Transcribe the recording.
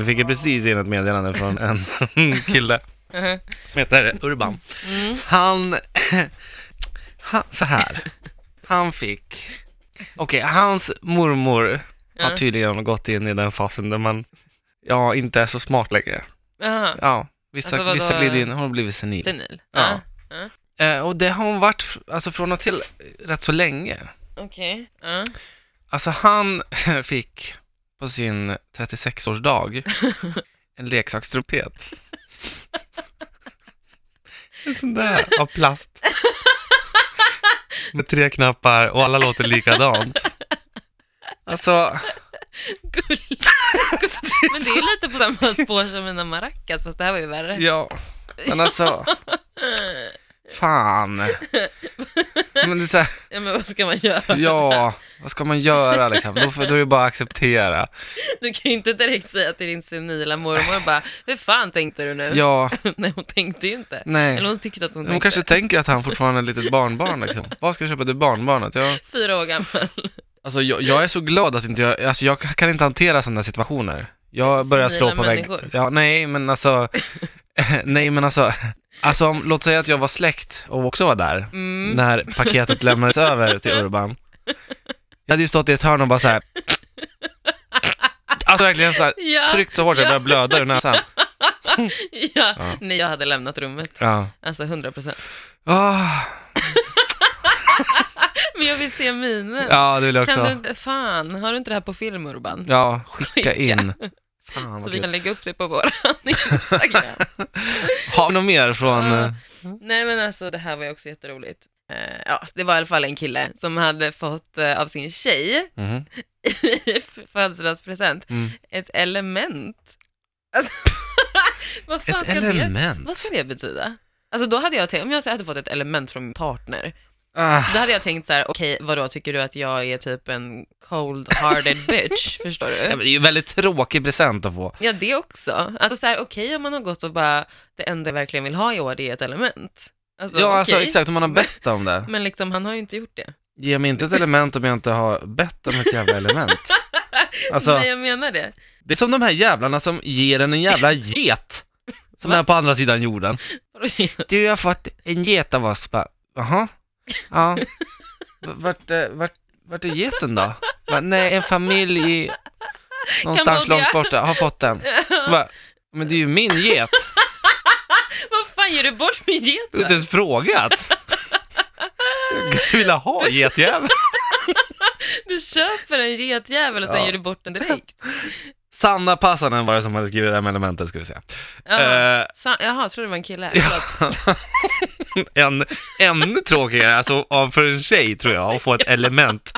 Vi fick ju precis in ett meddelande från en kille Mhm. som heter Urban. Mm. Han, han så här, han fick, okej, hans mormor har Ja. tydligen gått in i den fasen där man, ja, inte är så smart längre. Aha. Ja, vissa, Alltså, vadå? vissa glider in, hon har blivit senil. Senil? Ja. Ja. Eh, och det har hon varit, fr- alltså från och till, rätt så länge. Okej. Ja. Alltså han fick på sin 36-årsdag en leksakstrumpet. En sån där av plast. Med tre knappar och alla låter likadant. Alltså, Gulligt. Men det är lite på samma spår som mina maracas, fast det här var ju värre. ja. Men alltså, fan. Men det är så här, Ja, men vad ska man göra? ja, vad ska man göra liksom? Då, får, då är det bara att acceptera. Du kan ju inte direkt säga till din senila mormor bara, hur fan tänkte du nu? Ja, Nej, hon tänkte ju inte. Eller nej. hon tyckte att hon De tänkte. kanske tänker att han fortfarande är ett litet barnbarn liksom. Vad ska vi köpa till barnbarnet? Ja. Fyra år gammal. Alltså jag, jag är så glad att inte jag, alltså jag kan inte hantera sådana situationer. Jag börjar slå Senila på väggen. människor. Ja, nej men alltså, nej men alltså, alltså om, låt säga att jag var släkt och också var där Mm. när paketet lämnades över till Urban. Jag hade ju stått i ett hörn och bara så här. alltså verkligen så här, Ja, tryckt så hårt att jag började blöda ur näsan. ja. Ja. Nej, jag hade lämnat rummet. Ja. Alltså 100 procent. Ah, men Men jag vill se minen. ja, det vill jag kan du också. inte, fan, har du inte det här på film Urban? Ja, skicka in. Fan, vad Så vi kul. kan lägga upp det på våran Instagram. Har vi något mer från... Ja. eh, Nej men alltså det här var ju också jätteroligt. Eh, ja, det var i alla fall en kille som hade fått eh, av sin tjej mhm, i födelsedagspresent mm. ett element. Alltså, vad fan Ett ska det, element. vad ska det betyda? Alltså då hade jag tänkt, om jag så hade fått ett element från min partner, Ah. då hade jag tänkt så här: okej vadå, tycker du att jag är typ en cold-hearted bitch? Förstår Ja, du? men det är ju en väldigt tråkig present att få. Ja det också. Alltså såhär, okej om man har gått och bara, det enda jag verkligen vill ha i år det är ett element. Alltså, ja, alltså okej. exakt, om man har bett om det. Men liksom han har ju inte gjort det. Ge mig inte ett element om jag inte har bett om ett jävla element. Alltså, Nej, jag menar det. det är som de här jävlarna som ger en en jävla get. Som Va? är på andra sidan jorden. Vadå? Du, jag har fått en get av oss. Bara, Jaha? Ja. V- Vart, eh, vart, vart är geten då? Bara, Nej, en familj i... Någonstans Kambodja. långt borta har fått den. Bara, men det är ju min get. Vad fan gör du bort min get? Du har inte ens frågat. Jag kanske vill ha getjäveln. Du köper en getjävel och sen Ja. gör du bort den direkt. Sanna Passanen var det som hade skrivit det här med elementet, ska vi säga. Ja. Eh, Sa- Jaha, jag trodde det var en kille. Förlåt. en, ännu tråkigare, alltså av för en tjej tror jag, att få ett element